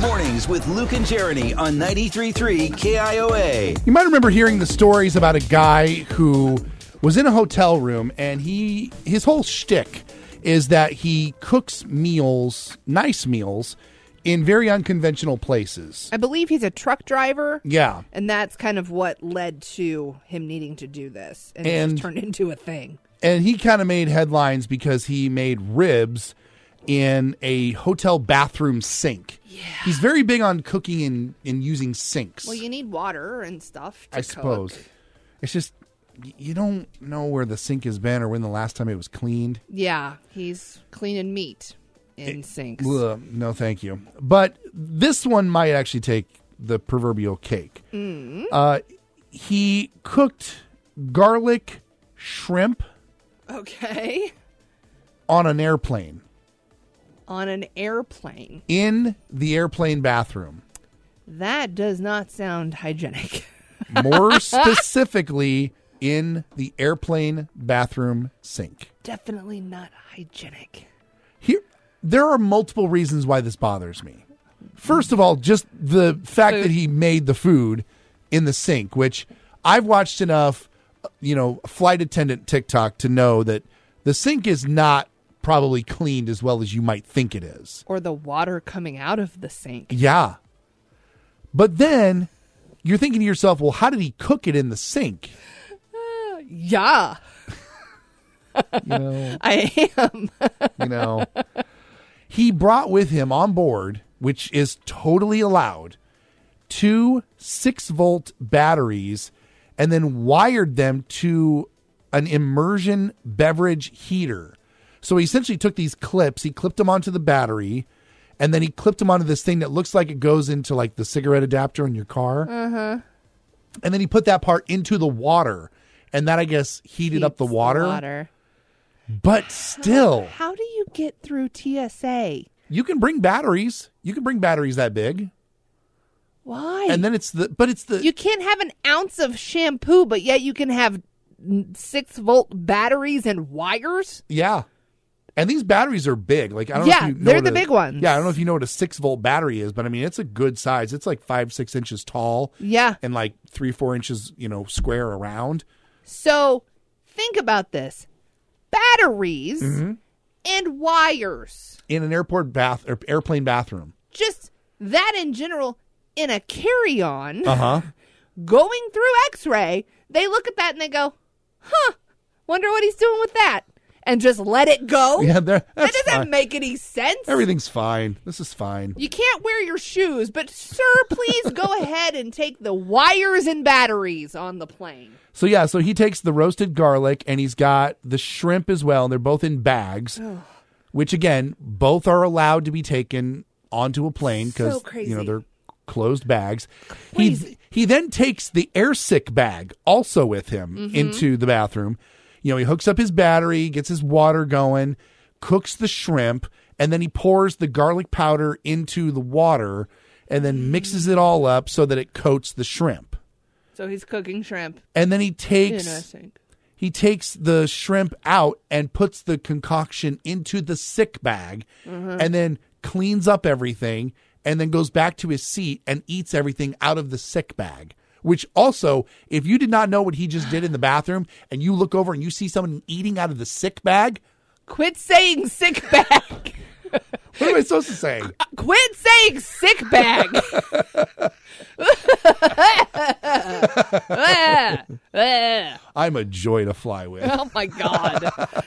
mornings with Luke and Jeremy on 93.3 KIOA. You might remember hearing the stories about a guy who was in a hotel room and he his whole shtick is that he cooks meals, nice meals, in very unconventional places. I believe he's a truck driver. Yeah. And that's kind of what led to him needing to do this. And, it's And- just turned into a thing. And he kind of made headlines because he made ribs in a hotel bathroom sink. Yeah. He's very big on cooking and, and using sinks. Well, you need water and stuff. To I suppose. cook. It's just y- you don't know where the sink has been or when the last time it was cleaned. Yeah. He's cleaning meat in sinks. Ugh, no, thank you. But this one might actually take the proverbial cake. Uh, he cooked garlic shrimp Okay. on an airplane On an airplane. in the airplane bathroom. That does not sound hygienic. More specifically, in the airplane bathroom sink. Definitely not hygienic. Here, there are multiple reasons why this bothers me. First of all, just the fact that he made the food in the sink, which I've watched enough, you know, flight attendant TikTok to know that the sink is not probably cleaned as well as you might think it is. Or the water coming out of the sink. Yeah. But then you're thinking to yourself, well, how did he cook it in the sink? Yeah. I am. you know. he brought with him on board, which is totally allowed, two six volt batteries and then wired them to an immersion beverage heater. So he essentially took these clips, he clipped them onto the battery, and then he clipped them onto this thing that looks like it goes into like the cigarette adapter in your car. Uh-huh. And then he put that part into the water. And that, I guess, heated up the Heats water. Oh. water. But still. How do you get through TSA? You can bring batteries. You can bring batteries that big, Why? and then it's the but it's the you can't have an ounce of shampoo, but yet you can have n- six volt batteries and wires. yeah. And these batteries are big. Like I don't know Yeah, if you know they're what the a- big ones. Yeah, I don't know if you know what a six volt battery is, but I mean it's a good size. It's like five six inches tall Yeah. and like three four inches you know square around. So think about this: batteries Mm-hmm. and wires. In an airport bath or airplane bathroom. Just that in general, in a carry-on, Uh huh. going through X-ray, they look at that and they go, "Huh? Wonder what he's doing with that," and just let it go. Yeah, there- that that's doesn't fine. make any sense. Everything's fine. This is fine. You can't wear your shoes, but sir, please go ahead and take the wires and batteries on the plane. So yeah, so he takes the roasted garlic and he's got the shrimp as well, and they're both in bags, which again, both are allowed to be taken onto a plane because So crazy. you know they're closed bags. Crazy. He he then takes the airsick bag also with him Mm-hmm. into the bathroom. You know, he hooks up his battery, gets his water going, cooks the shrimp, and then he pours the garlic powder into the water and then mixes it all up so that it coats the shrimp. So he's cooking shrimp. And then he takes Interesting. he takes the shrimp out and puts the concoction into the sick bag and then cleans up everything and then goes back to his seat and eats everything out of the sick bag. Which also, if you did not know what he just did in the bathroom and you look over and you see someone eating out of the sick bag, Quit saying sick bag. what am I supposed to say? Quit saying sick bag. I'm a joy to fly with. oh my god.